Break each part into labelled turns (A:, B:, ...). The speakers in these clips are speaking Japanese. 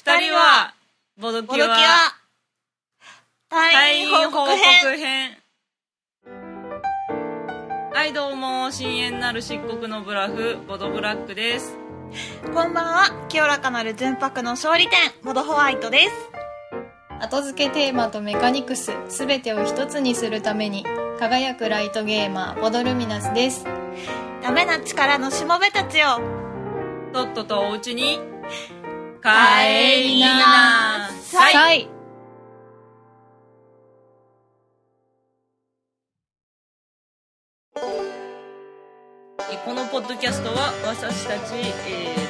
A: 二人はボドキ
B: ボドキ
A: ュ
B: は
A: ア
B: 退院報告編
A: 編はいどうも深淵なる漆黒のブラフボドブラックです
B: こんばんは清らかなる純白の勝利点ボドホワイトです
C: 後付けテーマとメカニクス全てを一つにするために輝くライトゲーマーボドルミナスです
B: ダメな力のしもべたちよ
A: とっととお家に帰りなさい
C: い
A: このポッドキャストは私たち、えー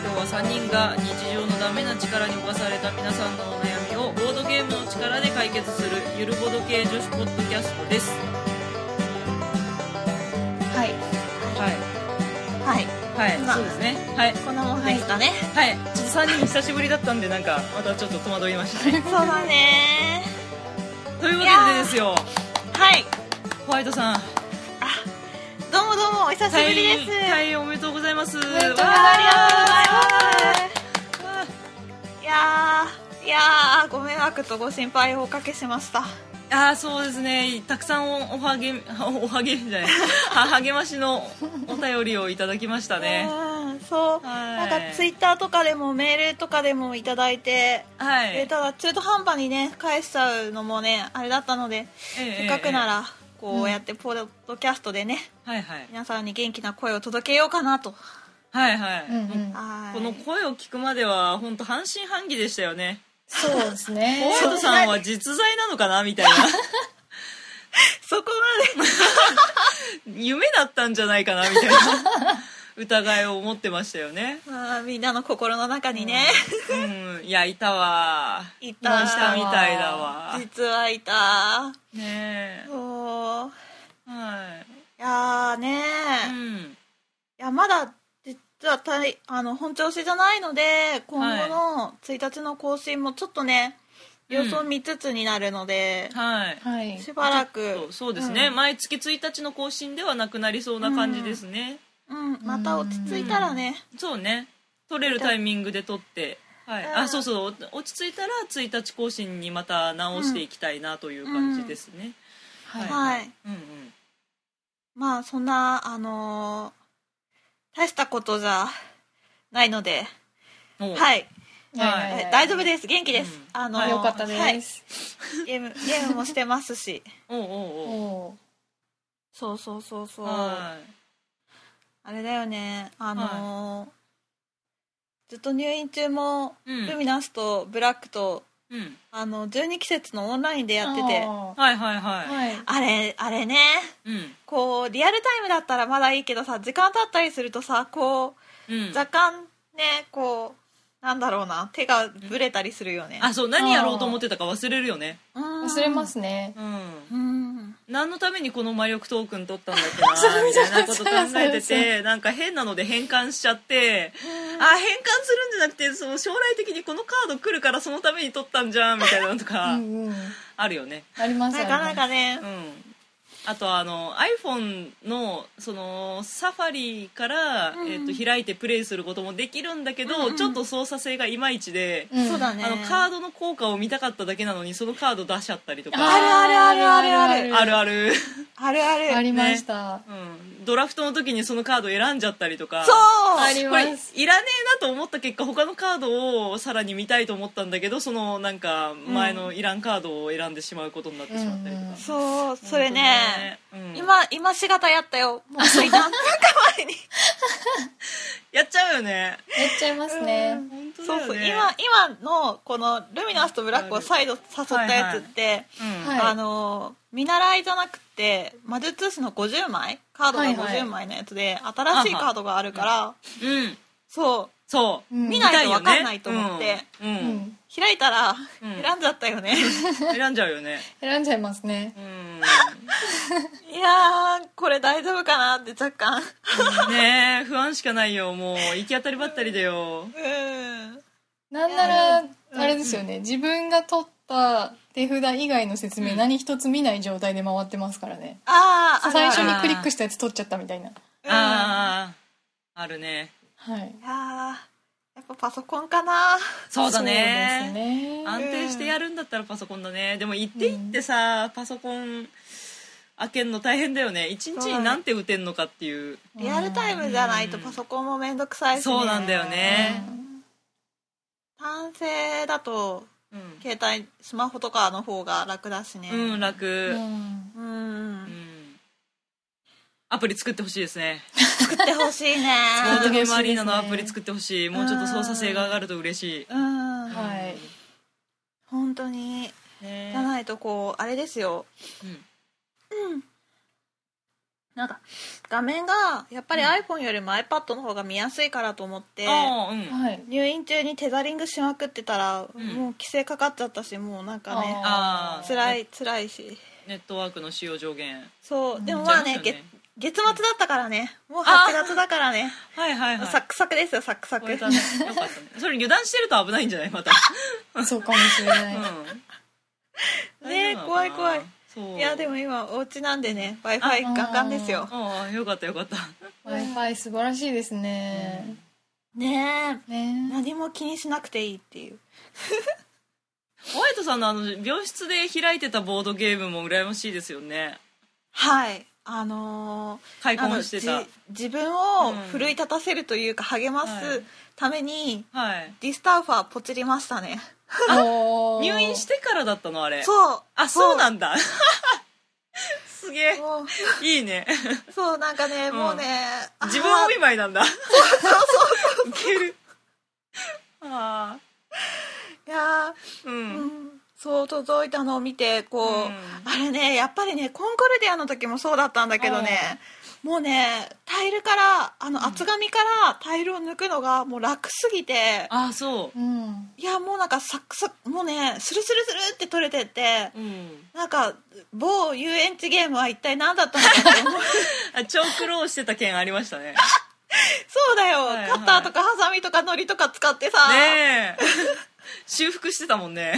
A: 今日は3人が日常のダメな力に侵された皆さんのお悩みをボードゲームの力で解決するゆるボド系女子ポッドキャストです
C: はい
A: はい
B: はい
A: はい、
B: まあ
A: そうですねはい
B: こんなもんですかね、
A: はい、ちょっと3人久しぶりだったんでなんかまたちょっと戸惑いましたね
B: そうだね
A: というわ
B: いや
A: けで
B: ー
A: ですよ
B: はい
A: ホワイトさん
B: どうもどうもお久しぶりです
A: 退院おめでとうございますおめで
C: とうござ
B: あ
C: いま
B: ありがとうございますいやーいやーご迷惑とご心配をおかけしました
A: ああそうですねたくさんおおはげ おはげじゃないは励ましのお便りをいただきましたね
B: うんそう
A: は
B: ないんかツイッターとかでもメールとかでもいただいて、
A: は
B: えー
A: い
B: ただ中途半端にね返しちゃうのもねあれだったのでせっかく
A: ら
B: ならこうやってポッドキャストでね、
A: はいはい
B: 皆さんに元気な声を届けようかなと、
A: はいはい、
C: うんうん
B: はい
A: この声を聞くまでは本当半信半疑でしたよね
C: そうです
A: ホワ
C: ね
A: イトさんは実在なのかなみたいな
B: そこま で
A: 夢だったんじゃないかなみたい な疑いを持ってましたよね
B: まあみんなの心の中にね、
A: うんいやいたわ
B: い
A: い
B: た
A: ましたみたいだわ
B: 実はいた
A: ねえ
B: そう
A: はい
B: やーね
A: い、う
B: い
A: ん、
B: やまだ実はたいあの本調子じゃないので今後の1日の更新もちょっとね、
A: うん
B: 様子を見つつになるので、
A: はい
C: はい
B: しばら
A: そう
B: く
A: そうですね、毎月1日の更新ではなくなりそうな感じですね、
B: うん、また落ち着いたらね、
A: そうね取れるタイミングで取ってはい、
B: うん
A: あそうそうお落ち着いたら1日更新にまた直していきたいなという感じですね、
C: はい
A: うん
B: はい
A: うんうん
B: まあそんなあのー大したことじゃないので、
A: もう
B: はい、
A: はい
B: はい大丈夫です元気です、
A: うん
B: あのー
A: はい
C: よかった
B: は
C: で
B: い、
C: す、
B: ゲームゲームもしてますし
A: おうおうおう
C: お
B: そうそうそうそうあ
A: はい
B: れだよねあのーずっと入院中も、
A: うん
B: ルミナスとブラックと
A: うん、
B: あの12季節のオンラインで
C: ー
B: やってて
C: あ
A: はいはいはい、
C: ーはい
B: あれあれね
A: うん
B: こうリアルタイムだったらまだいいけどさ時間経ったりするとさこう
A: うん
B: 若干ねこうなんだろうな手がぶれたりするよね
A: あそう何やろうと思ってたか忘れるよね
C: 忘れますすね
A: うん
B: うん
A: 何のためにこの魔力トークン取ったんだっ けなみたいなこと考えて
C: そうそう
A: てなんか変なので変換しちゃってあ変換するんじゃなくてその将来的にこのカード来るからそのために取ったんじゃんみたいなのと
C: う
A: か
C: んうん
A: あるよね。
C: あります
B: なかな
C: あ
B: かね
A: うんあとあの iPhone のそのサファリから、
B: うん
A: えっと開いてプレイすることもできるんだけど、
B: うんうん
A: ちょっと操作性がいまいちで、
C: りますん
B: そうだね
A: あのカードの効果を見たかっただけなのにそのカード出しちゃったりとか
B: あるあるあるあるある
A: あるある、
B: あるある
C: ありました、
A: うん、ドラフトの時にそのカード選んじゃったりとか
B: そう
C: あり
A: こ
C: ま
A: れ
C: す
A: いらねえなと思った結果他のカードをさらに見たいと思ったんだけどそのなんか前のいらんカードを選んでしまうことになってしまったりとか、
C: うんうん
B: そうそ
A: 本当
B: れね、
A: にねうん
B: 今今しがたやったよもうつい 何分か前に
A: やっちゃうよね
C: やっちゃいますね
A: 本当だ
B: そう
A: よね
B: そう今今のこのルミナスとブラックを再度誘ったやつって
A: うん
C: はい
B: あの見習いじゃなくて魔術師の50枚カードが
C: はいは
B: 50
C: い
B: 枚のやつで新しいカードがあるから
A: うん
B: そう
A: そう、
C: うん
A: 見
B: 見ない
A: た
B: と
A: よね
B: 分かんないと思って、
A: うん
C: う
A: うん
C: ん
B: 開いたら
A: うん
B: 選んじゃった よね、
A: 選んじゃうよね
C: 選んじゃいますね
A: うん
B: いやーこれ大丈夫かなって若干
A: ねえ不安しかないよもう行き当たりばったりだよ
B: うん
C: なんならあれですよね、自分が取った手札以外の説明、
A: うん
C: 何一つ見ない状態で回ってますからね
B: あーあ
C: 最初
B: に
C: にクリックしたやつ取っちゃったみたいな
B: あ
A: あああるね
C: はい
B: ーやっぱパソコンかな
A: そうだ
C: そう
A: ね
C: ですね
A: 安定してやるんだったらパソコンだねでも一手一手さ、パソコン開けんの大変だよね一日に何手打てんのかっていう
B: リアルタイムじゃないとパソコンもめんどくさいし、
A: そうなんだよね
B: 単性だと
A: うん、
B: 携帯スマホとかの方が楽だしね
A: うん、楽、
C: う
A: うん
C: ん
B: うん
A: アプリ作ってほしいですね
B: 作ってほしい ね
A: ボー
C: 作って
A: ドゲー
C: ほしいです
A: ム
C: ね
A: アリーナのアプリ作ってほしいもうちょっと操作性が上がると嬉しい
B: うん
C: はい
B: 本当に
A: ね
B: じゃないとこうあれですよ
A: うん
B: なんか画面がやっぱり iPhone よりも iPad の方が見やすいからと思って、
A: ああうん
C: はい
B: 入院中にテザリングしまくってた
A: ん
B: ら、もう規制かかっちゃったしもうなんかね
A: あー
B: 辛い辛いし
A: ネットワークの使用上限
B: そうでもまあ
A: じゃ
B: ね
A: あ
B: げ
A: ですよね
B: 月末だったからねもう8月だからね
A: はいはいはい
B: サックサクですよサックサク
A: 超えたね よかったねそれ油断してると危ないんじゃないまた、
C: そうかもしれな
A: う
C: い、
A: ん、
B: ねえ
A: 大丈夫なのかな
B: 怖い怖い
A: そう
B: い
A: い
B: やでも今お家なんでね w i f i ガンガンですよ
A: ああよかったよかった
C: Wi-Fi 素晴らしいですね、
B: ねえ
C: ね
B: 何も気にしなくていいっていう
A: ホワイトさんのあの病室で開いてたボードゲームも羨ましいですよね
B: はいあのー
A: 開墾してた
B: あのじ 自分を
A: うん
B: 奮い立たせるというか励ま
A: はい
B: すために、
A: はい
B: ディスターファーポチりましたね
C: おー
A: 入院してからだったのあれ
B: そう
A: あそうなんだ すげえ
B: もう
A: いいね
B: そうなんかね、
A: ん
B: もうねあー
A: 自分お見舞いなんだいけるあ
B: いや
A: あうん、
B: ー、うん、そう届いたのを見てこう、
A: うん
B: あれねやっぱりねコンコルディアの時もそうだったんだけどねもうねタイルからあの厚紙からタイルを抜くのがもう楽すぎて、
A: ああそ
C: うん
B: いやもうなんかサックサクもうねスルスルスルって取れてって
A: う、うん、
B: なんか某遊園地ゲームは一体何だったのか って思う
A: あ超苦労してた件ありました ねね
B: そうだよ、
A: はいはい
B: カッターとかハサミとかノリとか使ってさ、
A: え修復してたもんね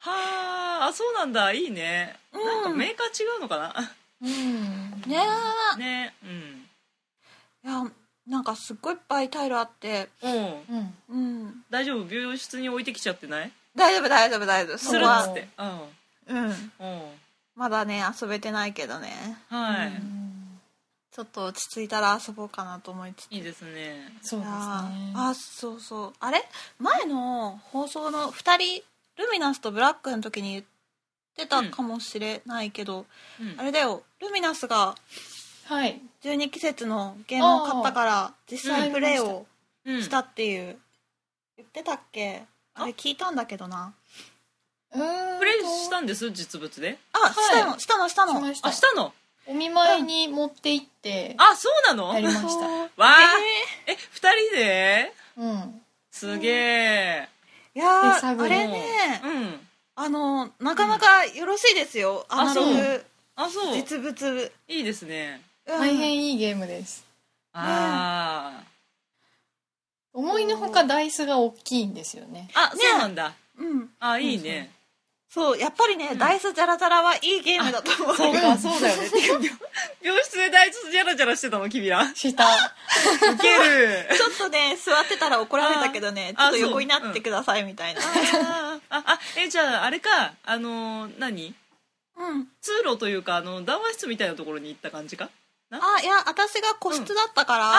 A: はーあそうなんだいいね、なんかメーカー違うのかな
C: うん
B: うんねえ
A: ねうん
B: いやなんかすっごいいっぱいタイルあって
A: うん
C: うん
B: うん
A: 大丈夫病室に置いてきちゃってない
B: 大丈夫大丈夫大丈夫
A: する
B: そこは
A: っつってうん
B: うん
A: うん
B: まだね遊べてないけどね
A: はい、
B: ちょっと落ち着いたら遊ぼうかなと思いつつ
A: いいですね
C: そうですね
B: あーあそうそうあれ前の放送の2人ルミナスとブラックの時に言ってたかもしれないけど、
A: うん
B: あれだよルミナスが
C: はい
B: 12季節のゲームを買ったから実際プレイを
A: うん
B: したっていう言ってたっけあれ聞いたんだけどな
C: うーん
A: プレイしたんです実物で
B: あ、
C: い
B: したのしたのしたの
C: しま
A: あしたの
C: お見舞いに持って行って
A: あそうなのわ
C: やりまし
B: そ
C: た
B: う
A: あえ二人で
C: うん
A: すげえ
B: いや
C: 手
B: ー
C: 探
B: あ
C: り
B: れ
A: も
B: ね
A: うん
B: あのなかなかよろしいですよ、アナロ
A: あ
B: グ
A: あそう
B: 実物、
A: いいですね
B: うん
C: 大変いいゲームです
A: あ
C: 思いのほかダイスが大きいんですよね
A: ああそうなんだ
B: うん
A: あいいね
B: そうやっぱりね、ダイスジャラジャラはいいゲームだと思う
A: そうかそうだよねてか病 病室で大卒ジャラジャラしてたの君 らウ
C: した
A: ケる
B: ちょっとね座ってたら怒られたけどねち
A: あー
B: ょっと
A: あそう
B: 横になってくださいみたいな
A: あああえじゃああれかあのー何
B: うん
A: 通路というかあの談話室みたいなところに行った感じか
B: あいや私が個室だったか
A: あ
B: ら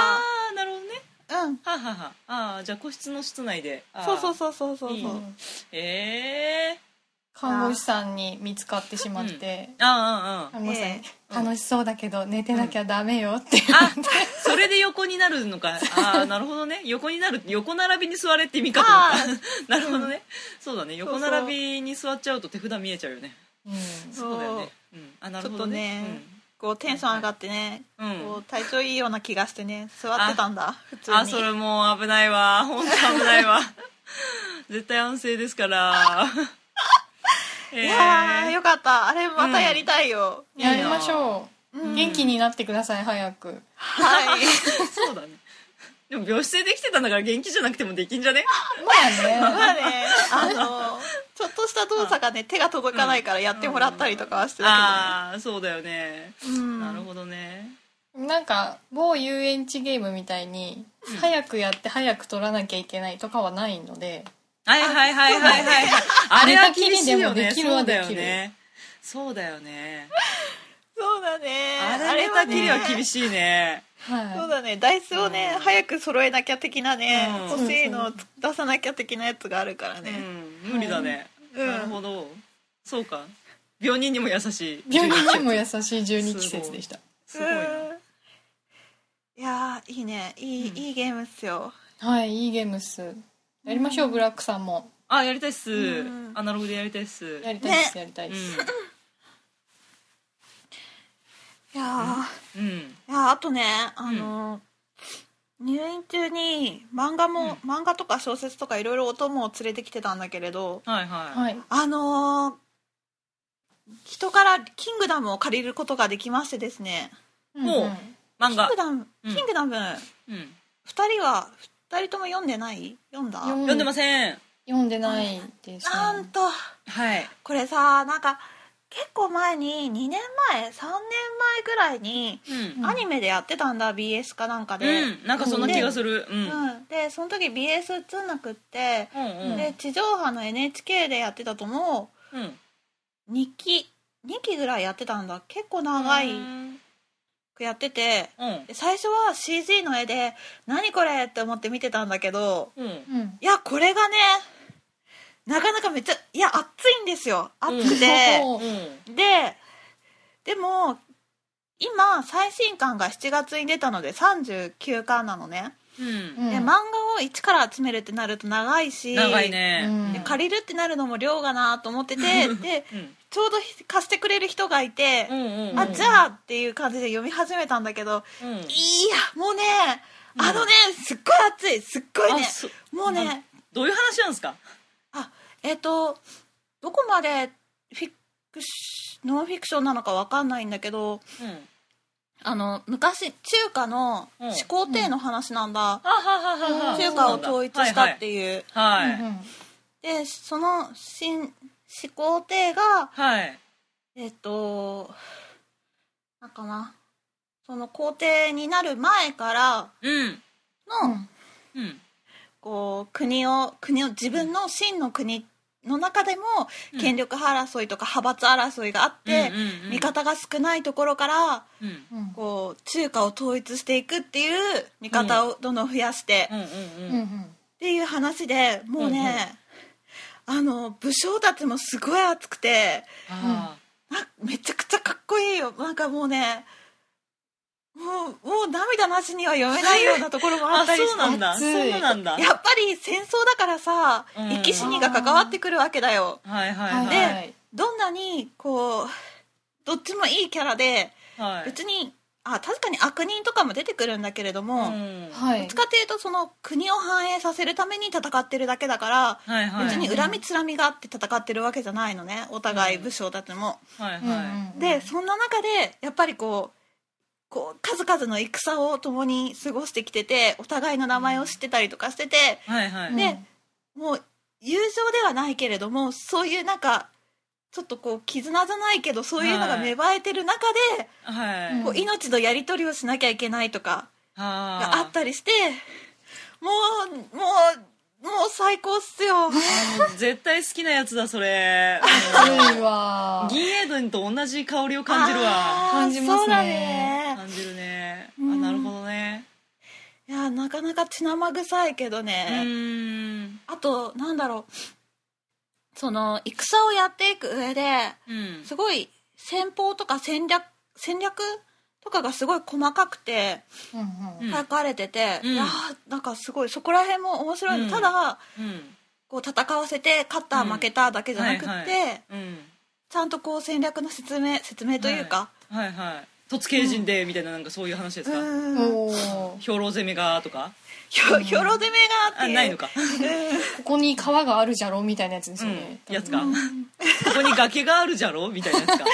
A: あなるほどね
B: うん、
A: はあはあはああーじゃあ個室の室内であー
B: そうそうそうそうそうそう
A: いいねええ
C: 看護師さんに見つかってしまって、
A: ー、ああああ
C: 看護師さんに
B: え
A: え
C: 楽しそうだけど寝てなきゃダメよって言わ
A: あ
C: れて、
A: それで横になるのかああなるほどね横になる横並びに座れって意味かと
B: あ
A: 思 ったなるほどね、そうだね
B: そうそ
A: 横
B: う
A: 並びに座っちゃうと手札見えちゃうよね
C: うん
A: そうだよね、うん、あな
B: ち
A: る
B: ょっ
A: ほ
B: と
A: ど
B: ね
A: ね、
B: こうテンション上がってね、
A: うん
B: こう体調いいような気がしてね座ってたんだ普通
A: うん
B: に
A: あそれもう危ないわ本当危ないわ 絶対安静ですから
B: い
A: え
B: やー
A: ー
B: よかったあれまたやりたいよ、
A: いな
C: やりましょう、
B: うん
C: 元気になってください早く
B: はい
A: そうだねでも病室でできてたんだから元気じゃなくてもできんじゃね
C: まあ ね
B: まあねあのちょっとした動作がね手が届かないからやってもらったりとかはしてた
A: ああそうだよね
B: けど、ねうん
A: なるほどね。
C: なんか某遊園地ゲームみたいに
A: うん
C: 早くやって早く取らなきゃいけないとかはないので、
A: はいはいはいはいはいはいあれは厳しいよ
C: あれ
A: ね
C: だけにでもできる
A: そ
C: は
A: うだ
C: で
A: よ
C: きる
A: ねそうだよね
B: そうだね
A: あれだけには厳しいね
C: はい、
B: そうだねダイスをね、
A: うん
B: 早く揃えなきゃ的なね、
A: うん
B: 欲しいのを出さなきゃ的なやつがあるから
A: う
B: ね、
A: ん無理だね
B: うん
A: なるほどそうか病人にも優しい
C: 病人にも優しい12季節でした
A: すごいな
B: うんいやーいいねいい,、
A: うん
B: いいゲームっすよ
C: はいいいゲームっすやりましょうブラックさんも
A: あやりたいっす
B: うん
A: アナログでやりたいっす
C: やりたいです、
B: ね
C: やりたいです、
A: う
B: いや
A: んうん
B: ーいやーあとねあのー、入院中に漫画も、漫画とか小説とかいろいろお供を連れてきてたんだけれど
A: はいは
C: はい
B: あのー人から「キングダム」を借りることができましてですね
A: もう
C: うん
A: い漫
B: キン
A: 画
B: グダム、
A: うん
B: キングダム2
A: うん
B: 人は2人とも読んでない読んだ
C: 読
A: 読んでません
C: 読んでないです、ね、
B: なんと
A: はい
B: これさなんか結構前に2年前3年前ぐらいに
A: うん
C: ん
B: アニメでやってたんだ、BS かなんかで、
A: うんなんかそんな気がするうんうん
B: うんでその時 BS 映んなくって、
A: うん
B: で地上波の NHK でやってたとも
A: うん
B: 2期2期ぐらいやってたんだ結構長い
A: うん
B: くやってて
A: うん
B: で最初は CG の絵で「何これ!」って思って見てたんだけど
A: うん
C: うん
B: いやこれがねなかなかめっちゃいや熱いんですよ熱くて、
C: そう
B: ででも今最新刊が7月に出たので39巻なのね、
A: うん
C: うん
B: で漫画を一から集めるってなると長いし
A: 長いね
C: うん
B: で借りるってなるのも量がなと 思っててで
A: うん
B: ちょうど貸してくれる人がいて、
A: うんうんうん
B: あじゃあっていう感じで読み始めたんだけど
A: うん
B: いやもうねあのね、すっごい熱いすっごい
A: あ
B: ね
A: そ
B: もう
A: なん
B: ね
A: どういう話なんですか
B: あえっ、とどこまでフィクシノンフィクションなのかわかんないんだけど
A: うん
B: あの昔中華の
A: うん
B: 始皇帝の話なん
A: あは
B: だ、
A: ははは
B: 中華を統一したっていう、
A: はいはい
B: でその新始皇帝が
A: はい
B: えっ、となんかなその皇帝になる前から
A: うん
B: の、
C: うん
A: うん
B: こう国を国を自分の真の国の中でも
A: うん
B: 権力争いとか派閥争いがあって
A: うんうんうん
B: 味方が少ないところから
A: うん
C: うん
B: こう中華を統一していくっていう味方をどんどん増やして
A: う
B: っ
A: んうん
C: う
A: うん
C: うんん
B: ていう話でもうねあの武将たちもすごい熱くて
A: あ
B: なめちゃくちゃかっこいいよなんかもうねもうもう涙なしには読めないようなところも
A: ー
B: あ
A: あ
B: ったり
A: そ
B: し
A: う
B: て
A: なんだ
C: 熱
A: そう
C: い
A: なんだはい
B: やっぱり戦争だからさ、
A: うん
B: 生き死にが関わってくるわけだよ
A: はい
C: は
A: はいい
C: はい
B: どんなにこうどっちもいいキャラで
A: はい
B: 別にあ確かに悪人とかも出てくるんだけれども、
A: うん
C: は
B: どっ
C: い
B: ちかっていうとその国を反映させるために戦ってるだけだから、
A: はいはい
B: 別に恨みつらみがあって戦ってるわけじゃないのねお互い
A: うん
B: 武将たちも。
A: はい
C: うんうん
A: は
C: うん
B: でそんな中でやっぱりこうこう数々の戦を共に過ごしてきててお互いの名前を知ってたりとかしてて。
A: いはいはい
B: ねもう友情ではないけれどもそういうなんかちょっとこう絆じゃないけどそういうのが芽生えてる中で、
A: はい
C: うん
B: こう命のやり取りをしなきゃいけないとかがあ
A: あー
B: ったりしてもうもうもう最高っすよ
A: 絶対好きなやつだそれ
C: 熱いわ
A: 銀エイドンと同じ香りを感じるわ
B: あー
C: 感じますね
B: そうだね
A: 感じるねあ
B: うん
A: なるほどね
B: いやなかなか血生臭いけど
A: う
B: ね、
A: ーん
B: あとなんだろうその戦をやっていく上で
A: うん
B: すごい戦法とか戦略戦略とかがすごい細かくて
C: うんうん
A: うん
B: 書かれてて、
A: うん
B: いやーなんかすごいそこら辺も面白いの、
A: うん
B: ただ
A: うん
B: こう戦わせて勝った、
A: うん
B: 負けただけじゃなくって、
A: はいはいうん
B: ちゃんとこう戦略の説明説明というか、
A: はいはい突刑人でみたいななんかそういう話で
B: う
A: すか
B: ーん
C: おー
A: 兵糧攻めがとか
B: ひょひょろ攻めがあっ
A: あ
B: て
A: ない のか
C: ここに川があるじゃろみたいなやつですよね、
A: うんやつかここに崖があるじゃろみたいなやつ か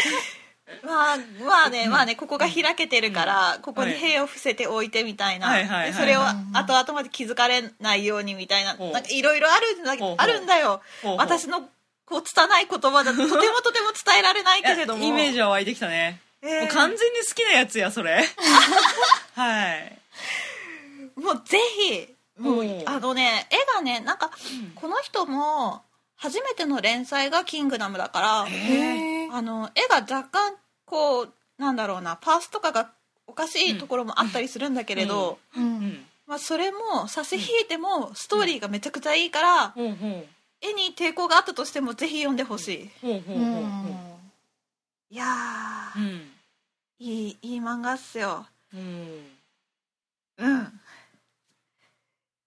B: まあまあねまあねここが開けてるから、ここに兵を伏せておいてみたいな、
A: はいはいはい
B: でそれを
A: はい
B: 後々まで気づかれないようにみたいな
A: ほう
B: なんかいろいろあるんだ
A: ほうほう
B: あるんだよ
A: ほうほう
B: 私のこう拙い言葉だととてもとても伝えられないけれども
A: いやイメージは湧いてきたね
B: えー
A: もう完全に好きなやつやそ れはい
B: もうぜひもう
A: うん
B: あのね絵がねなんか
A: うん
B: この人も初めての連載が「キングダム」だから
A: へ
B: あの絵が若干こうなんだろうなパースとかがおかしいところもあったりするんだけれど、
C: う
A: うんん
B: まあ、それも差し引いてもストーリーがめちゃくちゃいいから
A: ほうほ
B: 絵に抵抗があったとしてもぜひ読んでほしい、
A: うほうほう
C: う
A: ほうほ
B: いや
A: う
B: ー
A: うん
B: いいいい漫画っすよ
A: うん
B: うん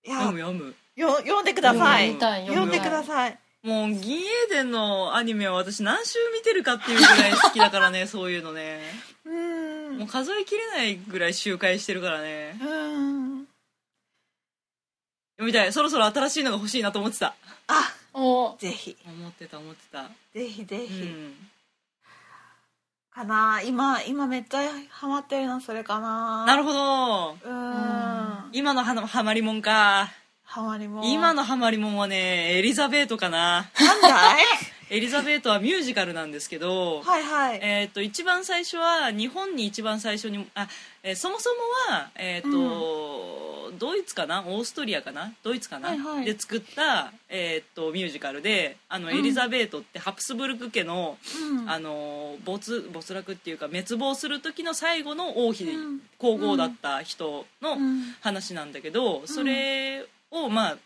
B: いや
A: 読む読む
B: よ読んでくださ
A: 読
B: い
A: み
C: たい
B: 読んでください
A: もう銀エーデンのアニメは私何週見てるかっていうぐらい好きだ からねそういうのね
B: うー
A: もうん数えきれないぐらい周回してるからね
B: うーん
A: 読みたいそろそろ新しいのが欲しいなと思ってた
B: あ
C: お
B: ぜひ
A: 思ってた思ってた
B: ぜひぜ
A: う
B: ひ、
A: ん
B: かな今今めっちゃハマってるのそれかな
A: な
B: る
A: るほど
B: うーん
A: 今のはなハマりもんか
B: ハマりも
A: 今
B: の
A: のハマりもんはねエリザベートかな
B: なん だい
A: エリザベートはミュージカルなんですけど
B: はいはい
A: えっと一番最初は日本に一番最初にあ、えーそもそもは、えっとドイツかなオーストリアかなドイツかな、
B: はいはい
A: で作った、えっとミュージカルであのエリザベートってハプスブルク家の,、
B: うん
A: あの没没落っていうか滅亡する時の最後の王妃で
B: うん
A: 皇后だった人の
B: うん
A: 話なんだけど、それをまあ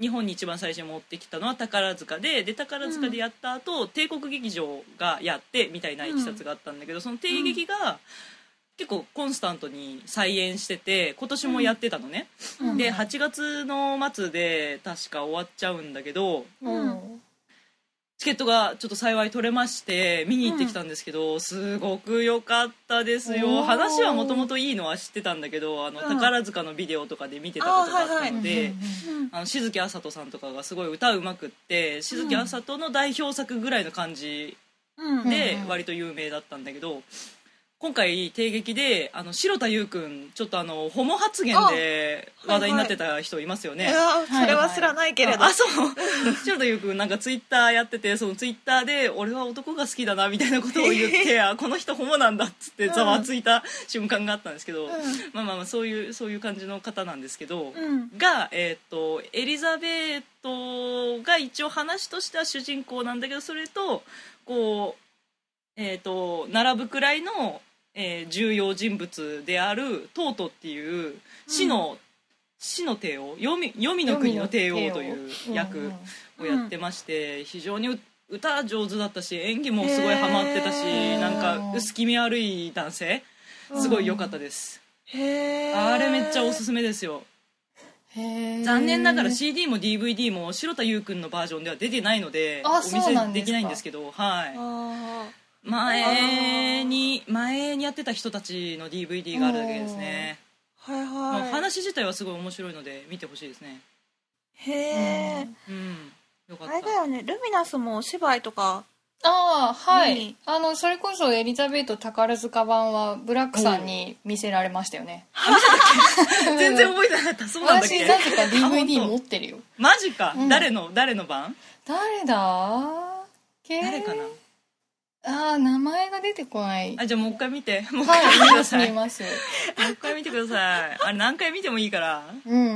A: 日本に一番最初に持ってきたのは宝塚でで宝塚でやった後、帝国劇場がやってみたいな一冊があったんだけど、その帝劇が結構コンスタントに再演してて今年もやってたのね、
C: うん
A: で8月の末で確か終わっちゃうんだけど
C: うん
A: チケットがちょっと幸い取れまして見に行ってきたんですけど、すごく良かったです
C: お
A: よ
C: ー
A: 話はもともといいのは知ってたんだけどあの、
B: うん
A: 宝塚のビデオとかで見てたことがあったので、
C: うんうん
B: うん
A: あの静木あさとさんとかがすごい歌うまくって静木あさとの代表作ぐらいの感じ
B: うん
A: で
C: うん
A: 割と有名だったんだけど今回帝劇であの白田優くんちょっとあのホモ発言で
B: あはいはい
A: 話題になってた人いますよね、
B: いやそれは知らないけれど、
A: あそう 白田優くんなんかツイッターやっててそのツイッターで「俺は男が好きだな」みたいなことを言っ て「あこの人ホモなんだ」っつってざわついた瞬間があったんですけど、まあまあまあそういうそういう感じの方なんですけど、
B: うん
A: が、えー、とエリザベートが一応話としては主人公なんだけどそれとこう、えー、と並ぶくらいの、えー重要人物であるトートっていう死の、死の帝王黄泉黄泉の国の帝王という
C: うん
A: 役
C: うん
A: をやってまして、非常にう歌上手だったし演技もすごいハマってたし、
B: へー
A: なんか薄気味悪い男性すごい良かったです、
B: へえ
A: あれめっちゃおすすめですよ
C: へー
A: 残念ながら CD も DVD も白田優くんのバージョンでは出てないので
C: あ
A: お見
C: そう
A: せ
C: なんですか
A: できないんですけどは
B: あ
A: い前に前にやってた人たちの DVD があるだけですね、
B: ーはい
A: まあ
B: はい
A: 話自体はすごい面白いので見てほしいですね
B: へえ
A: う
C: うん
A: んよかっ
B: あ
A: た
B: れだよねルミナスもお芝居とか
C: ああはい、
B: 何
C: あのそれこそエリザベート宝塚版はブラックさんに見せられましたよね
A: 全然覚えてなかったそうなんだっ
C: 私
A: け
C: なぜか
A: あ本
C: DVD
A: 当
C: 持ってるよ
A: マジか、
C: うん
A: 誰の誰の版
C: 誰だけ
A: 誰かな
C: ああ名前が出てこない
A: あじゃあもう一回見てもう一回見て
C: はい
A: く
C: 見
A: だ
C: ます
A: さい
C: 見
A: もう
C: ます
A: 一回見てくださいあれ何回見てもいいから
C: うん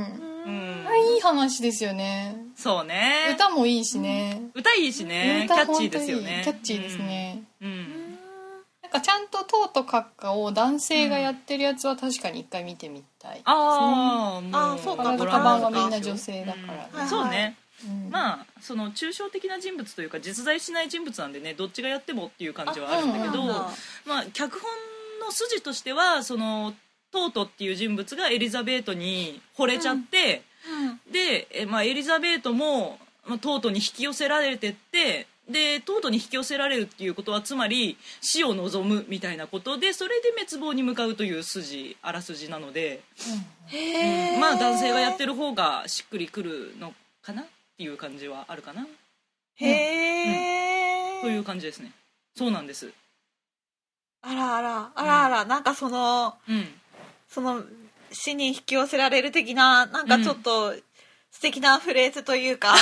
A: うん
C: あれいい話ですよね
A: そうね
C: 歌もいいしね、
A: 歌いいしねキ
C: 歌
A: ャッ
C: 本
A: チ
C: 当
A: ーですよね
C: いいキャッチーですね、
A: うん、うん
C: なんかちゃんと「とうと閣下」を男性がやってるやつは確かに一回見てみたい、
A: ああ、も
B: あーそうか
C: 宝
B: ご
C: 塚
B: 覧
C: 版
B: の
C: は
B: 方
C: みんな女性だから、
B: うんはい
A: そうね、
C: うん
A: まあその抽象的な人物というか実在しない人物なんでねどっちがやってもっていう感じはあるんだけど
B: あそうなんだ
A: まあ脚本の筋としてはそのトートっていう人物がエリザベートに惚れちゃって、
B: うん
A: で、えまあ、エリザベートも、まあ、トートに引き寄せられてってでトートに引き寄せられるっていうことはつまり死を望むみたいなことでそれで滅亡に向かうという筋あらすじなので。
B: へえ
A: まあ男性がやってる方がしっくりくるのかなっていう感じはあるかな
B: へえ
A: という感じですねそうなんです
B: あらあらあらあらなんかその
A: うん
B: その死に引き寄せられる的ななんかちょっと素敵なフレーズというか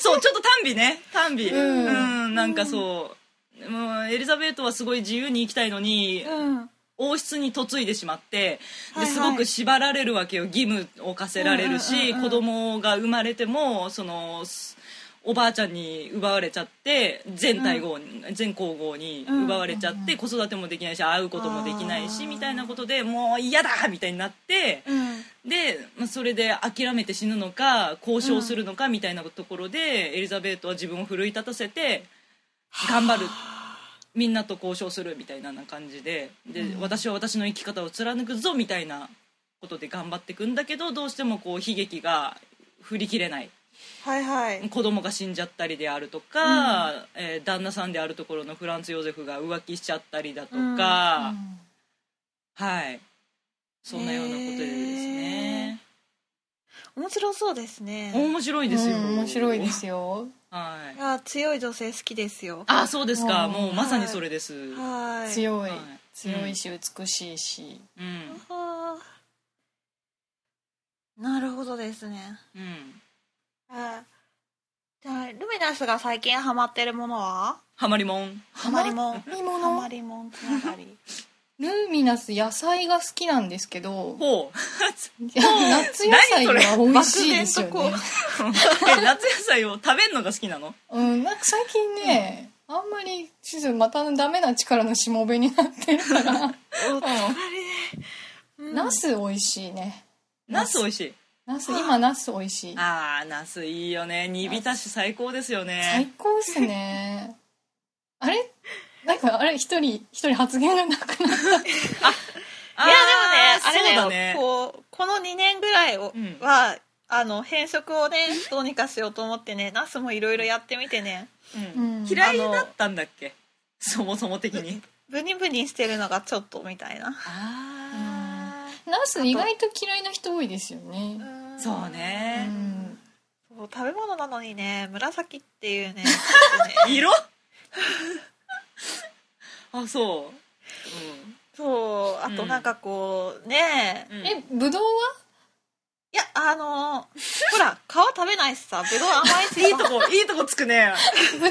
A: そうちょっと短尾ね短尾
C: うん
A: うんなんかそうもうエリザベートはすごい自由に生きたいのに、
B: うん
A: 王室に嫁いでしまって
B: はい
A: で
B: はい
A: すごく縛られるわけよ義務を課せられる
B: うんうん
A: し
B: うんうん
A: 子供が生まれてもそのすおばあちゃんに奪われちゃって全体号に、全皇后に奪われちゃって、子育てもできないし会うこともできない
B: あ
A: し
B: ー
A: みたいなことでもう嫌だみたいになって。
B: うん
A: で、まあ、それで諦めて死ぬのか交渉するのかみたいなところで、エリザベートは自分を奮い立たせて頑張るみんなと交渉するみたいな感じでで、私は私の生き方を貫くぞみたいなことで頑張っていくんだけどどうしてもこう悲劇が振り切れない
B: はいはい
A: 子供が死んじゃったりであるとか、えー旦那さんであるところのフランツ・ヨゼフが浮気しちゃったりだとか、
B: うんうん
A: はいそんなようなことでですね。
B: 面白そうですね
A: 面白いですよ、
C: うん面白いですよ
A: はい
B: いや強い女性好きですよ
A: あそうですか
C: うん
A: もうまさにそれです、うん
B: はい
C: 強い、
A: はい
C: 強いし美しいし、
B: はあなるほどですね
A: うん
B: あじゃあルミナスが最近ハマってるものは
A: ハマりもん
B: ハマりもん
C: ハマりもの
B: ハマりもんつなが り
C: ルーミナス野菜が好きなんですけど
A: ほう
C: いや夏野菜が美味しいです
B: 何それ漠然
C: よね
B: とこ、
A: え夏野菜を食べるのが好きなの
C: うん、なんか最近ね、あんまりちょっとまたダメな力のしもべになってるから、
B: あれうん
C: ナス美味しいね
A: ナス美味しい
C: ナス今ナス美味しい
A: ああナスいいよね煮浸し最高ですよ
C: 最
A: ね
C: 高ですね あれなんかあれ一人一人発言がなくなっ
A: あ
B: いやでもねあれだよ
A: そう
B: こうこの2年ぐらいを
A: うん
B: は、あの変色をねどうにかしようと思ってねナスもいろいろやってみてね
A: だね、
C: う
A: うん
C: ん
A: 嫌いだったんだっけそもそも的に
B: ブニブニしてるのがちょっとみたいな
A: あ
C: ナス意外と嫌いな人多いですよね
A: あそう
C: う
A: ね、
C: ん
B: そう食べ物なのにね紫っていう ね
A: 色 あそううん
B: そうあとなんかこうね
A: うん
C: えぶどうはい
B: やあのほら皮食べないしさぶどう甘いし
A: いいとこ、いいとこつくね。
C: ぶどう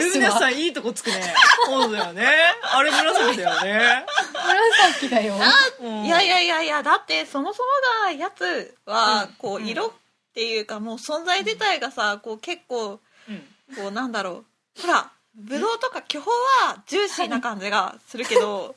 C: ジ
A: ル
C: ュース
A: ミナスさ
C: は
A: ん、いいとこつくね。そうだよね。あれ紫だよね。
C: 紫だよ
A: うん
B: いやい。やいやいやだってそもそもがやつは
A: うんう
B: こうん色っていうかもう存在自体がさこう結構
A: うん
B: こうなんだろうほらブドウとか巨峰はジューシーな感じがするけど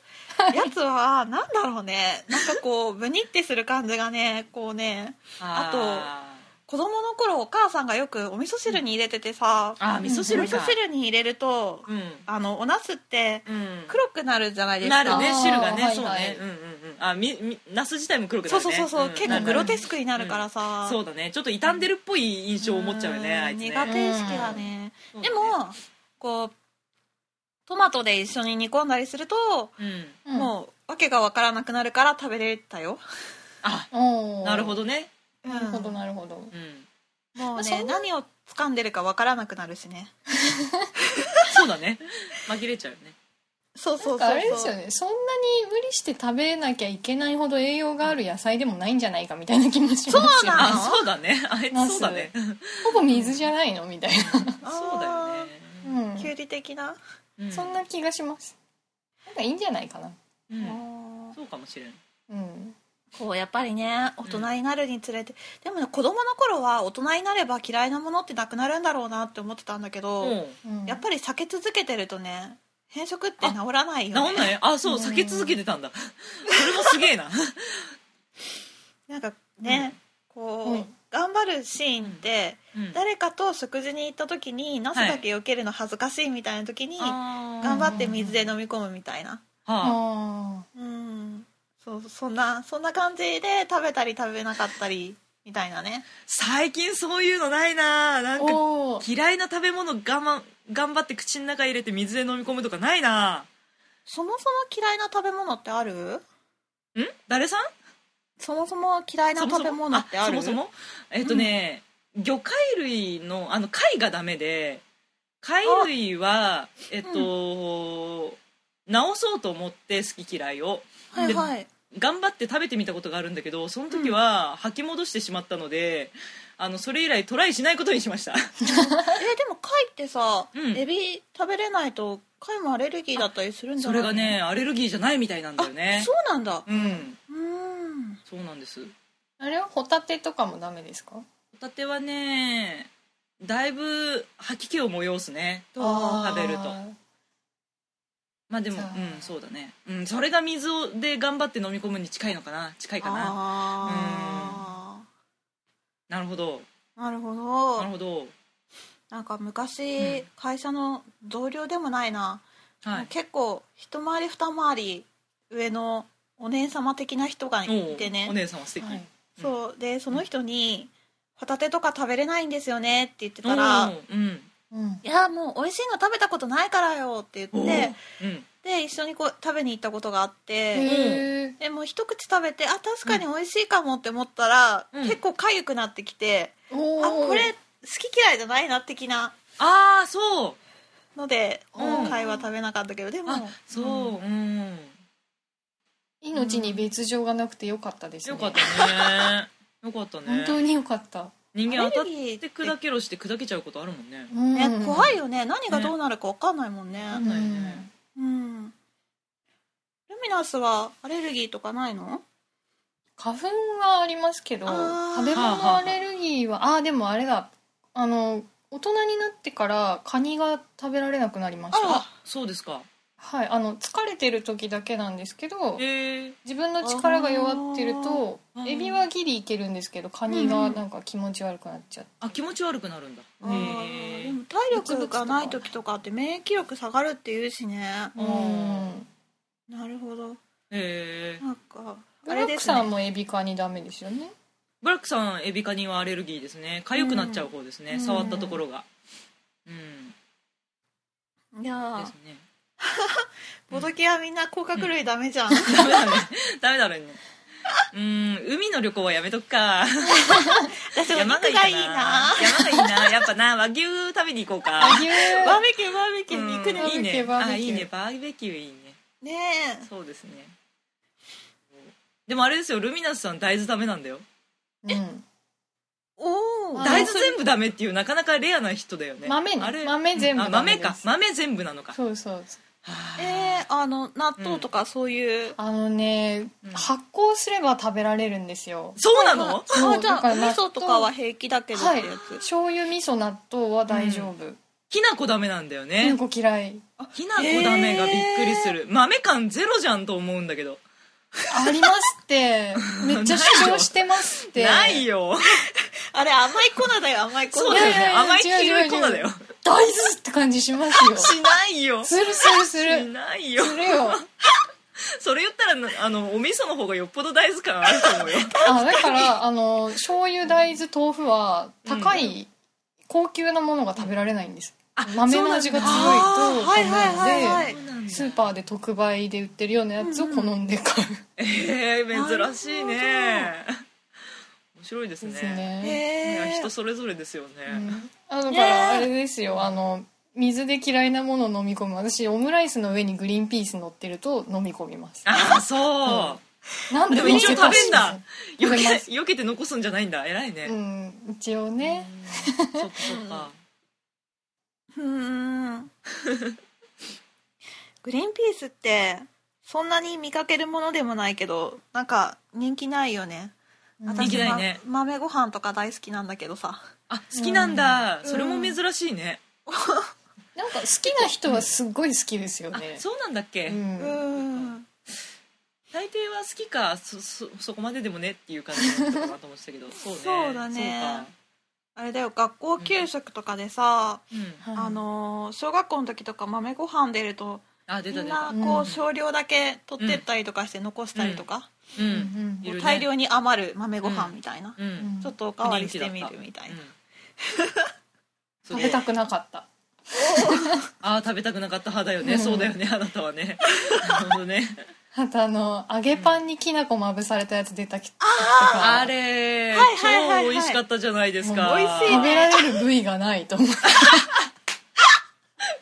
B: やつはなんだろうねなんかこうブニってする感じがねこうね
A: あ
B: 子供の頃お母さんがよくお味噌汁に入れててさ
A: と、あー、味噌
B: お
A: 汁
B: 味
A: か。
B: 噌汁に入れると
A: うん。
B: あのお茄子って
A: うん。
B: 黒くなるじゃないです
A: な
B: か
A: るね、
C: あー
A: 汁がね。
C: はい
A: そう
C: はい
A: ね。うんうんうん。あ、み、み、ナス自体も黒くな
B: そう
A: るね。
B: そうそうそう、
A: ん
B: 結
A: な
B: 構
A: る
B: グロテスクになるからさ、
A: そうだね。ちょっと傷んでるっぽい印象を持っちゃうよね、
B: ん
A: あいつね。
B: 苦手意識だね、
A: うん
B: でも、こうトマトで一緒に煮込んだりすると、
A: うん。
C: も
B: もう訳が分からなくなるから食べれたよ、
A: あ、
C: うん
A: なるほ
C: ど
A: どね。
C: なるほど
B: うん
C: なるほど
A: うん。
B: もう
C: そん
B: ね
C: な
B: 何を掴んでるか分からなくなるしね
A: そうだね。紛れちゃうよね。
B: そう
C: な
B: そ
C: ん
B: うそう
C: かあ
B: そう
C: れですよねそんなに無理して食べなきゃいけないほど栄養がある野菜でもないんじゃないかみたいな気もしますよね
B: そうなの
A: あ、そうだね。あい
C: ナ
A: つ
C: ス
A: そうだね。
C: ほぼ水じゃないのみたい
B: あー
A: そうだよね。
C: な、うん
B: キュウリ的な、
A: うん
C: そんな気がしますなんかいいんじゃないかな
A: うん。
B: あー
A: そうかもしれん。
C: うん
B: こうやっぱりね大人になるにつれて、でもね子供の頃は大人になれば嫌いなものってなくなるんだろうなって思ってたんだけど、
A: うん。
C: うん
B: やっぱり避け続けてるとね変色って治らないよね
A: 治んないあそう
C: うん
A: 避け続けてたんだ それもすげえな
B: なんかね、こう、
C: うん
B: 頑張るシーンって、
A: うん
B: 誰かと食事に行った時にナスだけ避けるの恥ずかしいみたいな時に、頑
A: 頑
B: 張って水で飲み込むみたいな
A: はあ
C: あ
B: うんそうそんなそんな感じで食べたり食べなかったりみたいなね
A: 最近そういうのないなな
C: ー
A: んか
C: おー
A: 嫌いな食べ物我慢頑張って口の中入れて水で飲み込むとかないな
B: そもそも嫌いな食べ物ってある
A: ん誰さん
B: そもそも嫌いな
A: そもそ
B: 食
A: も
B: べ物ってある
A: そもそもえっとね、魚介類のあの貝がダメで貝類はえっと、直そうと思って好き嫌いを
B: はいはい
A: 頑張って食べてみたことがあるんだけどその時は吐き戻してしまったので、あのそれ以来トライしないことにしました
B: えでも貝ってさ、
A: うん
B: エビ食べれないと貝もアレルギーだったりするんじゃ
A: そ
B: ない
A: れがねアレルギーじゃないみたいなんだ
B: あ
A: よね
B: そうなんだ
A: うん
B: うん
A: そうなんですホ
C: あれはホタテとかもダメですか
A: タテはねだいぶ吐き気を催すね
B: あ
A: 食べるとまあでも
C: そう
A: うんそうだね、うん、それが水をで頑張って飲み込むに近いのかな近いかな
B: あ
A: なるほど
B: ーなるほ
A: なる
B: ど
A: ほど
B: なんか昔、
A: うん
B: 会社の同僚でもないな、
A: はい
B: 結構一回り二回り上のお姉様的な人が
A: お
B: いうてね
A: お姉さんは素敵、
C: はい
B: そうでその人に「ホタテとか食べれないんですよね」って言って
A: お
B: たら
A: ーうん
C: うん
B: 「いやもう美味しいの食べたことないからよ」って
A: お
B: 言
A: ー
B: って
A: うん
B: で一緒にこう食べに行ったことがあって
C: へえ
B: でもう一口食べてあ確かに美味しいかもって思ったら、
A: うん
B: 結構痒くなってきて、
C: お
B: あ
C: ー
B: これ好き嫌いじゃないな的な
A: ああそう
B: ので
A: うん
B: 貝は食べなかったけどでも
A: あそううん、
C: 命に別状がなくてよかったですね
A: よかったねよかったね
C: 本当によかった、
A: 人間当たっ
B: アレルギーって
A: て砕けろして砕けちゃうことあるもんね
C: うん
B: ね、怖いよね何がどうなるか分かんないもんね
A: わかんないよね
B: うんルミナスはアレルギーとかないの
C: 花粉はありますけど
B: あー
C: 食べ物アレルギーはああーでもあれだあの大人になってからカニが食べられなくなりました
B: あ
A: そうですか
C: はいあの疲れてる時だけなんですけど
A: へえ
C: 自分の力が弱ってると
A: あー
C: エビはギリいけるんですけどカニがなんか気持ち悪くなっちゃって、
A: あ気持ち悪くなるんだ
B: あー
A: へ
B: で
A: え
B: も体力がない時とかって免疫力下がるっていうしね
A: うん
C: うん
B: なるほど
A: へえ
B: なんか
C: ブ
B: あ
C: ラ
B: れ
C: ッ
B: で
C: ク
B: すね
C: さんもエビカニダメですよね
A: ブラックさんエビカニはアレルギーですね痒くなっちゃう方ですね、
C: うん
A: 触ったところがうん
B: いやー
A: ですね
B: ボドキはみんな甲殻類ダメじゃん、
A: ダメだねダメだねうん海の旅行はやめとくか
B: 私お
A: 山がいい
B: 肉が
A: か
B: いいな
A: な山がいいなやっぱな和牛食べに行こうか
C: 和牛
B: バーベキューバーベキュー肉
A: うん
B: ね
A: いいね
C: バーベ
A: あい
C: キューバーベキュー
A: いねバーベキューいいね
B: ねえ
A: そうですねでもあれですよルミナスさん大豆ダメなんだよ
C: うん
B: おお
C: あ
A: 大豆全部ダメっていうなかなかレアな人だよね
C: 豆
A: あ
C: ね
A: れ
C: 豆全部
A: あ
C: ダメ
A: 豆
C: です
A: か豆全部なのか
C: そうそう
A: はあ
B: えー、あの納豆とかそういう、
C: あのね、
A: うん
C: 発酵すれば食べられるんですよ
A: そうなの
C: そう
B: あじゃ
C: だ
B: あ
C: から
B: 味
C: 納豆
B: 噌とかは平気だけどって
C: は
B: や
C: い
B: つ、
C: 醤油味噌納豆は大丈夫、
A: きなこダメなんだよ
C: うん
A: ね
C: こ嫌い
A: きなこダメがびっくりする豆感ゼロじゃんと思うんだけど
C: ありま すってめっちゃ主張してますって
A: ないよ
B: あれ甘い粉だよ甘い粉
A: そうだよ
C: いやい
A: ね
C: や
A: 甘い黄色
C: 違う違
A: いう粉だよ
C: 大豆って感じします よ
A: しないよし
C: するするする
A: ないよ
C: するよ
A: それ言ったらなあのお味噌の方がよっぽど大豆感あると 思うよ
C: あだからあの醤油大豆豆腐は高い、高級なものが食べられないんです
A: あ
C: 豆の味が強いと
B: あーはいはいはい
C: ダ
B: は
C: メ
B: い
C: でスーパーで特売で売ってるようなやつを好んで買う、
A: えー、珍しい
B: な
A: ね面白いですね
C: ですね、
A: いや
B: へえ
A: 人それぞれですよね、
C: あだか
B: ねえ
C: らあれですよあの水で嫌いなものを飲み込む私オムライスの上にグリーンピース乗ってると飲み込みます
A: ああそう、
C: なん
A: でも一応食べんだ
C: 乗
A: よ
C: せたします
A: けよけて残すんじゃないんだ偉いね、
C: うん一応ね
A: そっかそっか
B: うーんグリーンピースってそんなに見かけるものでもないけどなんか人気ないよね
A: 人気ないね
B: 私ま豆ご飯とか大好きなんだけどさ
A: あ好きなんだ、
B: うん
A: それも珍しいね、
C: なんか好きな人はすっごい好きですよ
A: あ
C: ね
A: そうなんだっけ、
B: うんん
A: 大抵は好きかそそそこまででもねっていう感じだったかなと思ってたけど そうね
B: そうだね
A: そ
B: あれだよ学校給食とかでさ、
A: うか、
C: はい
B: あのー小学校の時とか豆ご飯出ると
A: うん、あ出
B: み
A: た
B: ん
A: 出
B: な
A: た
B: こ
C: うん
B: う少量だけ取ってったりとかして残したりとか、
A: う、
C: うんん
A: いるね
B: 大量に余る豆ご飯みたいな、
A: うん
C: うん
B: ちょっとおかわりしてみるみたいな、
A: うん
C: 食べた
A: それ
C: くなかった
A: あー食べたくなかった派だよね、
C: うん
A: そうだよねあなたは ねなるほどね
C: あとあの揚げパンにきな粉まぶされたやつ出たき
A: あ
C: あ
A: れ、
B: はいはいはいはい
A: 超美味しかったじゃないですか
C: もう
B: 美味しい
C: 食べられる部位がないと思う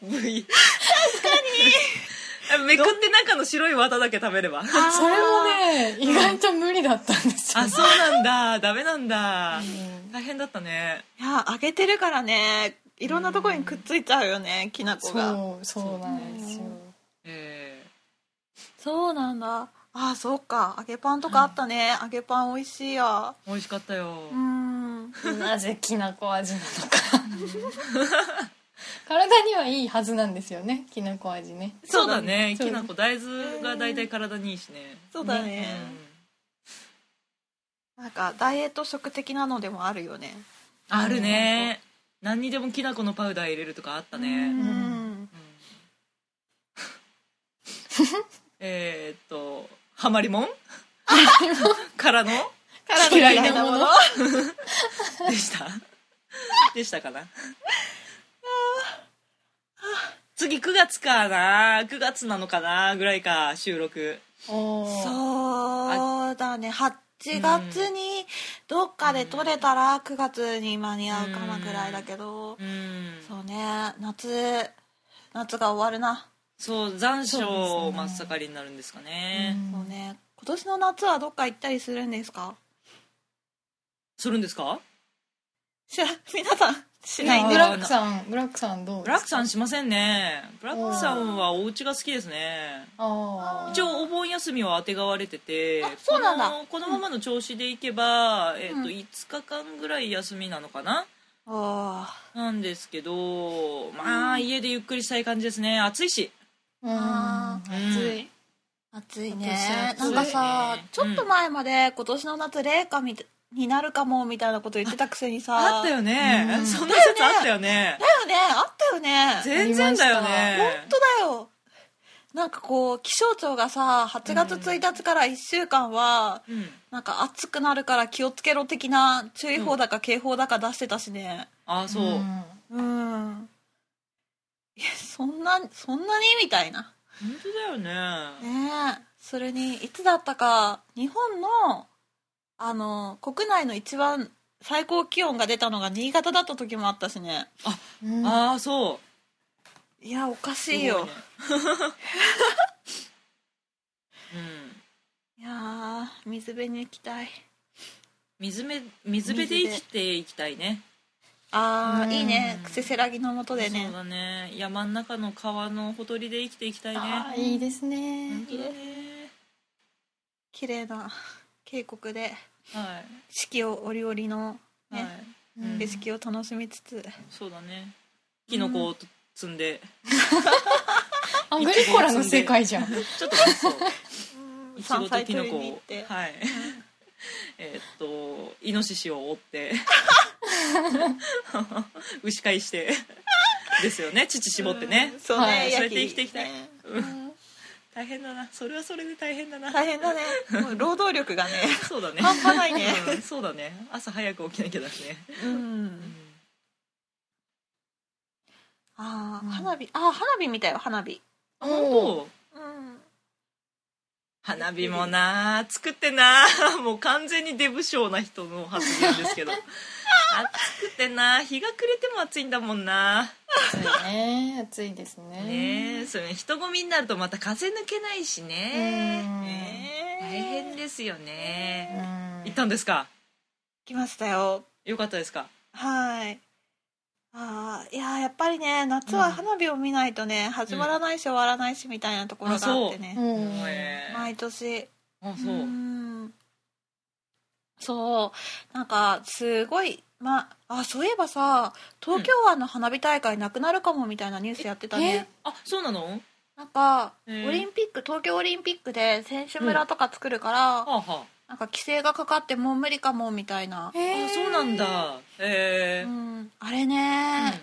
A: 部位確かに めくって中の白い綿だけ食べれば
C: それもね意外と無理だったんですよ
A: あそうなんだダメなんだ
C: うん
A: 大変だったね
B: いや揚げてるからねいろんなところにくっついちゃうよねきな粉がそう
C: そうそうなんですよ
A: え
B: なんだあそうか揚げパンとかあったね、揚げパン美味しいや
A: ー、美味しかったよ
B: うん
C: なぜきなこ味なのか体にはいいはずなんですよねきなこ味ね
A: そうだね
C: そう
A: きな粉大豆が大体体にいいしね
B: そうだね
A: うん
B: なんかダイエット食的なのでもあるよね
A: あるね何にでもきな粉のパウダー入れるとかあったね
B: うん、
A: うんえーっとハマりもんからの
B: 体
C: 嫌いなもの
A: でしたでしたかな次9月かな9月なのかなぐらいか収録
C: おー
B: そうだね8月にどっかで取れたら9月に間に合うかなぐらいだけど、
A: うん
B: そうね夏夏が終わるな、
A: そう残
C: そ
A: 暑
C: うですね
A: 真っ盛りになるんですか
C: う
A: ね
C: ん
B: そうね今年の夏はどっか行ったりするんですか
A: するんですか
B: 知ら皆さんしない
A: いや
B: ね
C: ブラックさんブラックさんどう
A: ブラックさん
C: あ
A: しませんねブラックさんはお家が好きですね
C: あ
A: 一応お盆休みはあてがわれてて
B: あそうなんだ
A: このこのままの調子でいけば、えー、と5日間ぐらい休みなのかな、
B: おー
A: なんですけどまあ家でゆっくりしたい感じですね暑いし
C: うん
B: あ
A: ー
C: 暑い
B: 暑い
C: 今
B: ね
C: 年
B: な
C: 暑
B: ん
C: い
B: かさ、
A: ね
B: ちょっと前まで今年の夏冷夏みたになるかもみたいなこと言ってたくせにさ
A: あったよね、
C: うん
A: そんな説あったよね
B: だよねあったよね
A: 全然だよね
B: 本当だよなんかこう気象庁がさ8月1日から1週間は、
A: うん
B: なんか暑くなるから気をつけろ的な注意報だか警報だか出してたしね
A: あそう、
C: ん
B: うんいやそんなそんなにみたいな
A: 本当だよね
B: ねえそれにいつだったか日本のあの国内の一番最高気温が出たのが新潟だった時もあったしね
C: うん
A: ああそう
B: いやおかし
A: すご
B: い
A: ね
B: よ
A: うん
B: いやー水辺に行きたい
A: 水辺水辺で生きていきたいね
B: あ
C: うん
B: ーいいねクセセラギのもとでね
A: そうだね山の中の川のほとりで生きていきたい
C: あ
A: ね
C: ーいいですね
A: 本当だね
B: 綺麗な渓谷で
A: はい
B: 四季を折々の
A: はい、
B: ね
A: う
C: うん
A: ん
B: 景、色を楽しみつつ
A: そうだねキノコを積んで、
C: アグリコラの世界じゃん
A: ちょっとねそういち
B: 山
A: ごと
B: 菜
A: キ
B: 採
A: ノ
B: り
A: コ
B: に行っ
A: を
B: て
A: はい えーっとイノシシを追って 牛飼いしてですよね乳絞ってね
B: うんそうね、
C: はい
B: 焼
A: そうやって生きていきたい
B: ね
A: うん大変だなそれはそれで大変だな
B: 大 変だねもう労働力がね
A: そうだね
B: 半端ないね
A: うんそうだね朝早く起きなきゃだしね
B: うんあー、
C: うん
B: 花火あー花火みたいよ花火
A: あ本当
B: うん
A: 花火もなあ作ってな あもう完全にデブ症な人の発言ですけどあ作ってなあ日が暮れても暑いんだもんな
C: 暑いね暑いですね
A: ねえそれ人混みになるとまた風抜けないしね
C: うん
A: ねえ大変ですよ
C: う
A: ね
C: ん
A: 行ったんですか
B: 来ましたよ
A: よかったですか
B: はいあーいやーやっぱりね夏は花火を見ないとね、始まらないし終わらないしみたいなところがあってね、
C: うん
B: 毎年
A: あそう
B: ーんそうなんかすごいまあそういえばさ東京湾の花火大会なくなるかもみたいなニュースやってたね、
A: あそうなのは
B: なんかオ
A: え
B: リンピック東京オリンピックで選手村とか作るから、
A: あは
B: なんか規制がかかってもう無理かもみたいな、
A: ああそうなんだええ
B: うん、あれね、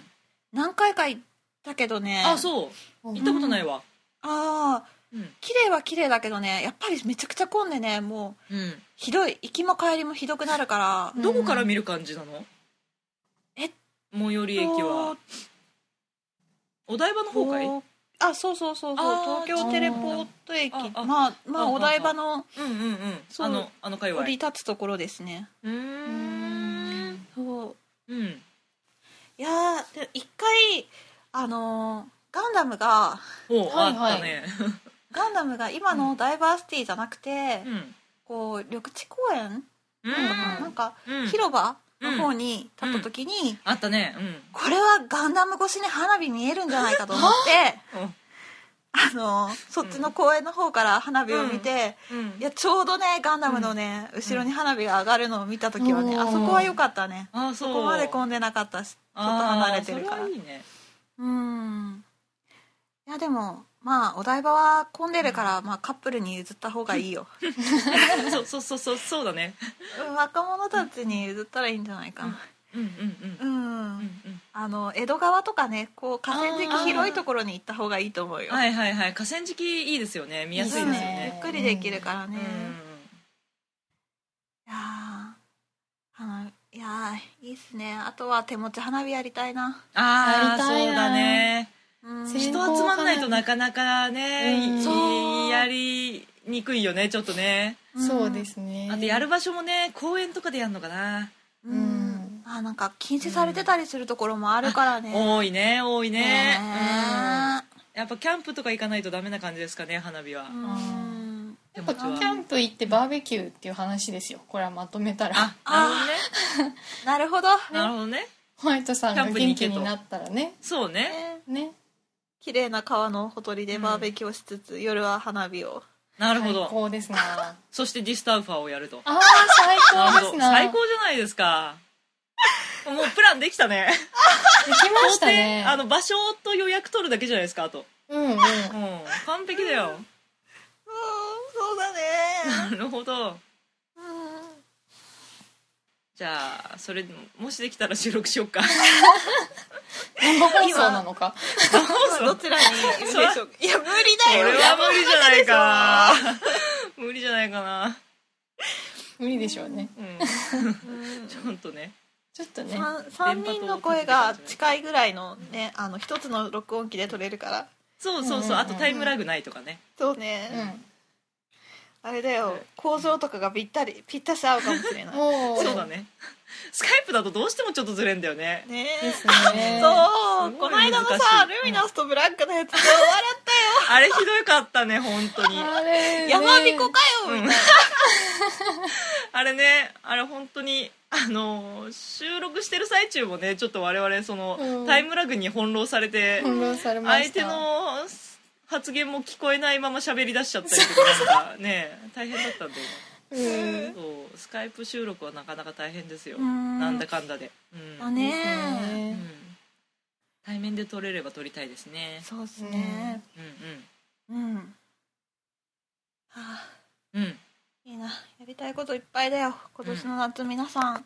B: 何回か行ったけどね
A: あそう行ったことないわ
B: あー
A: うん
B: 綺麗は綺麗だけどねやっぱりめちゃくちゃ混んでねもう
A: うん
B: ひどい行きも帰りもひどくなるから
A: どこから見る感じなの
B: え
A: 最寄り駅はお台場の方かい
B: おあそうそうそうそ
A: あー
B: う東京テレポート駅
A: ああ
B: まあま
A: あ
B: あ
A: あ
B: お台場
A: う
B: の
A: んうんうん
B: そう
A: あのあの界
B: 降
A: 隈
B: り立つところですね
A: うーん
B: そう
A: うん
B: いやーで一回あのーガンダムが
A: お
C: はいはい
A: あったね
B: ガンダムが今のダイバーシティじゃなくて、
A: うん
B: こう緑地公園
A: う
B: なのかななん
A: ん
B: か
A: うん
B: 広場の方に立った時に、
A: あったねうん
B: これはガンダム越しに花火見えるんじゃないかと思って。あのそっちの公園の方から花火を見て、
A: うん
B: いやちょうどねガンダムのね、後ろに花火が上がるのを見た時はね、
C: うん
B: あそこは良かったね
A: あそう
B: そこまで混んでなかったしちょっと離れてる
A: あ
B: か
A: ー
B: ら
A: それはいいね
B: うんいやでもまあお台場は混んでるから、まあ、カップルに譲った方がい いよ
A: そうそうそうそうそうだね
B: うん若者たちに譲ったらいいんじゃないかな
A: うんうんうん
B: うん、
A: うん
B: あの江戸川とかねこう河川敷
A: あー
B: 広いところに行った方がいいと思う
A: うん
B: よ、
A: はいはいはい河川敷いいですよね見やすいですよ
B: うんゆ
A: ね
B: っくりできるからね、
A: う
B: いやーあのいやーいいっすねあとは手持ち花火やりたいな
A: あ
B: ん
C: やり
A: あ
C: たいな
A: そうだね
B: うん
C: せ
A: 人
C: ー
A: 集まんないとなかなかね
C: うん
A: い
B: そう
A: やりにくいよねちょっとね
C: そうですね
A: あとやる場所もね公園とかでやるのかな
B: うん、
C: うん
B: あなんか禁止されてたりするところもあるからね、
A: 多いね多いね
B: ね
A: うんやっぱキャンプとか行かないとダメな感じですかね花火は
B: えうん
A: 手
C: やっ
A: 持
C: ぱ
A: ち
C: キ
A: は
C: ャンプ行ってバーベキューっていう話ですよこれはまとめたら
A: あなる
B: なるほど
A: ほどねなるほどね
C: ホワイトさんが
A: キャンプに
C: 元
A: 行け
C: 気
A: と
C: になったらね
A: そうね
B: ね
C: ね
B: 綺麗な川のほとりでバーベキューをしつつ、夜は花火を
A: なるほ
C: 最
A: ど
C: 高 ですなあ
A: そしてディスタウファーをやると
C: ー最高
A: な
C: で
A: る
C: す
A: ほど
C: な
A: 最高じゃないですかもうプランできた ね
C: できましたね
A: あの場所と予約取るだけじゃないですかあと
C: うんう
A: う
C: ん
A: ん完璧だよ
B: うんそうだね
A: なるほど
B: うん
A: じゃあそれもしできたら収録しよう か
C: 生放送なのか
B: まあどちらにいるでしょうかいや無理
A: そ
B: だよ
A: れは無理じゃないか無理じゃないかな
C: 無理でしょうね
A: うん
B: うん
A: ちょっとね
C: ちょっとね
B: 三三人の声が近いぐらいのねあの一つの録音機で撮れるから
A: そうそうそう、
C: うんうんうん
A: あとタイムラグないとかね
B: そうね、
C: う
B: あれだよ構造とかがぴったりぴったし合うかもしれなんい
C: おお
A: そうだねスカイプだとどうしてもちょっとずれんだよね
B: ね
C: です
B: え
C: ね
B: そう
A: すご
B: こ
A: い
B: の間の
A: 難し
B: さ
A: い
B: ルミナスとブラックのやつで終わ
A: あれひどかったね本当に
C: あれ
B: ら
C: ね
B: ん山彦かよみたいな、
A: あれねあれ本当にあのー収録してる最中もねちょっと我々その、
C: うん
A: タイムラグに翻弄されて、
C: 翻弄されま
A: 相
C: した
A: 手の発言も聞こえないまま喋り出しちゃったりとかなんかね 大変だったんだよね
C: うん
A: そうスカイプ収録はなかなか大変ですよ
B: うん
A: なんだかんだで、うん
B: だね
A: う
C: ね
A: ん対面で撮れれば撮りたいですね
B: そうですね
A: う
B: うん、は
A: ん
B: あ
A: うんうん
B: いいなやりたいこといっぱいだよ今年の夏、皆さん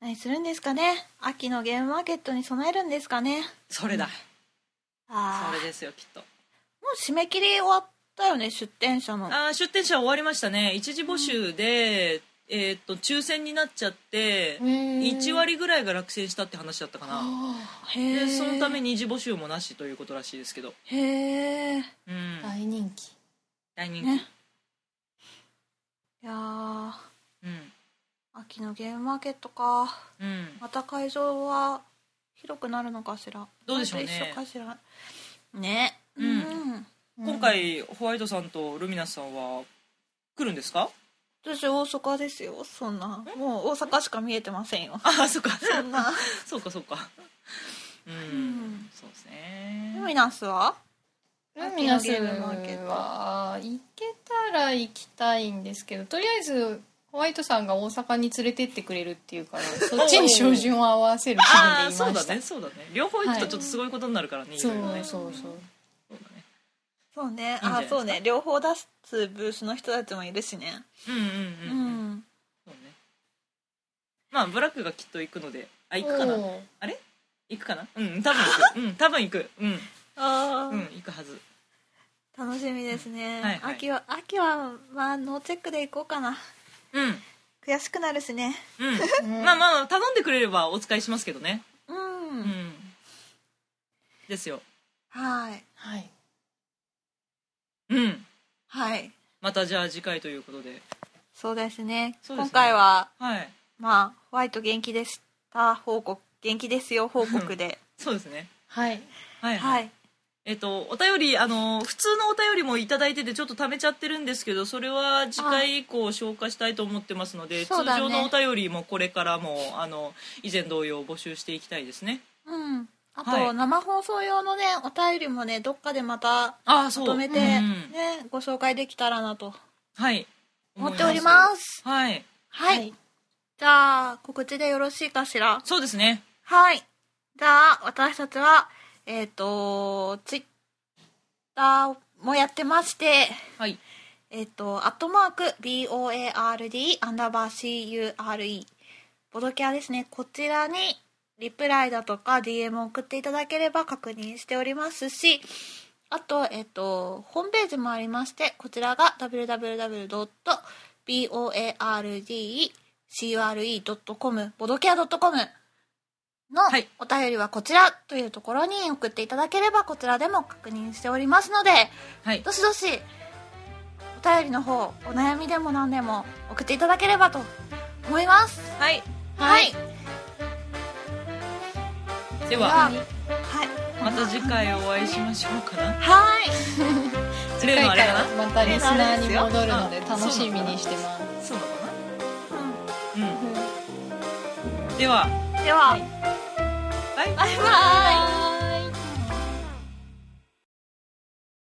B: 何するんですかね秋のゲームマーケットに備えるんですかね
A: それだ
B: あ
A: それ
B: あ
A: ですよきっと
B: もう締め切り終わったよね出店者の
A: あー出店者終わりましたね一次募集で、えーっと抽選になっちゃって1
C: 1
A: 割ぐらいが落選したって話だったかな
B: へ
A: で
B: え
A: そのために二次募集もなしということらしいですけど
B: へえい
A: うん
C: 大人気
A: 大人気、
B: ねやー秋のゲームマーケットか
A: うんうん
B: また会場は広くなるのかしら
A: どうでしょうね
B: 前と一緒かしらね
A: うん今回ホワイトさんとルミナスさんは来るんですか
B: 私大阪ですよそんなもう大阪しか見えてませ んよ
A: ああそっか
B: そんな
A: そうかそうかうん、
B: ん
A: そうですね
B: ルミナスは
C: ルミナス
B: 秋のゲームマーケット
C: は行けたら行きたいんですけどとりあえずホワイトさんが大阪に連れてってくれるってい うからそっちに照準を合わせる気
A: ああ
C: 分でい
A: そう
C: ま
A: だ
C: した
A: ねそうだね両方行くとちょっとすごいことになるからね、い、ろいろね
C: そうそうそう
A: そうだね
B: そうね
A: いいんじゃない
B: あ
A: ですか
B: そうね両方出すブースの人たちもいるしね
A: うんうんうん、うん、そうねまあブラックがきっと行くのであ行くかな
C: おー
A: 行くかなうん多分行くうん多分行くうん
B: ああ、
A: うん行くはず
B: 楽しみですね、
A: はいはい
B: 秋は秋はまあノーチェックで行こうかな
A: うんうん
B: 悔しくなるしね
C: うん
A: まあまあ頼んでくれればお使いしますけどね
B: うん、
A: うんですよ
B: はい
C: はい
A: うん
B: はい
A: またじゃあ次回ということで
B: そうですね
A: そうですね
B: 今回は
A: はい
B: まあホワイト元気でした報告元気ですよ報告で
A: そうですね
C: はい
A: はい、
B: はい
A: えっと、お便りあの普通のお便りもいただいててちょっと溜めちゃってるんですけどそれは次回以降消化したいと思ってますので、通
C: そうだね
A: 常のお便りもこれからもあの以前同様募集していきたいですね
B: うんあと、
A: はい
B: 生放送用のねお便りもねどっかでまた
A: ああ
B: ま
A: そう
B: とめて、
A: うん
B: ねご紹介できたらなと
A: はい
B: 思っておりますす
A: はい
B: はい、
C: はい
B: じゃあ告知でよろしいかしら
A: そうですね
B: はいじゃあ私たちはえっ、とツイッターもやってまして
A: はい
B: えっ、と、アットマーク、BOARD、アンダーバー CURE、ボドキャですね。こちらに、リプライだとか DM を送っていただければ確認しておりますし、あと、えっ、と、ホームページもありまして、こちらが www.boardcure.com、ボドキャ .com の
A: はい
B: お便りはこちらというところに送っていただければ、こちらでも確認しておりますので、
A: はい
B: どしどしお便りの方お悩みでも何でも送っていただければと思います
A: はい
B: はい
A: で
B: で
A: は
B: ははい
A: また次回お会いしましょうかな
B: はい
A: 例
C: 回
A: のあ
C: か
A: れからな
C: またリスナーに戻るので
A: あ
C: 楽しみにしてます
A: そうなのか
B: う
A: なうんでは
B: んでは
A: バイバイ
B: バイバイ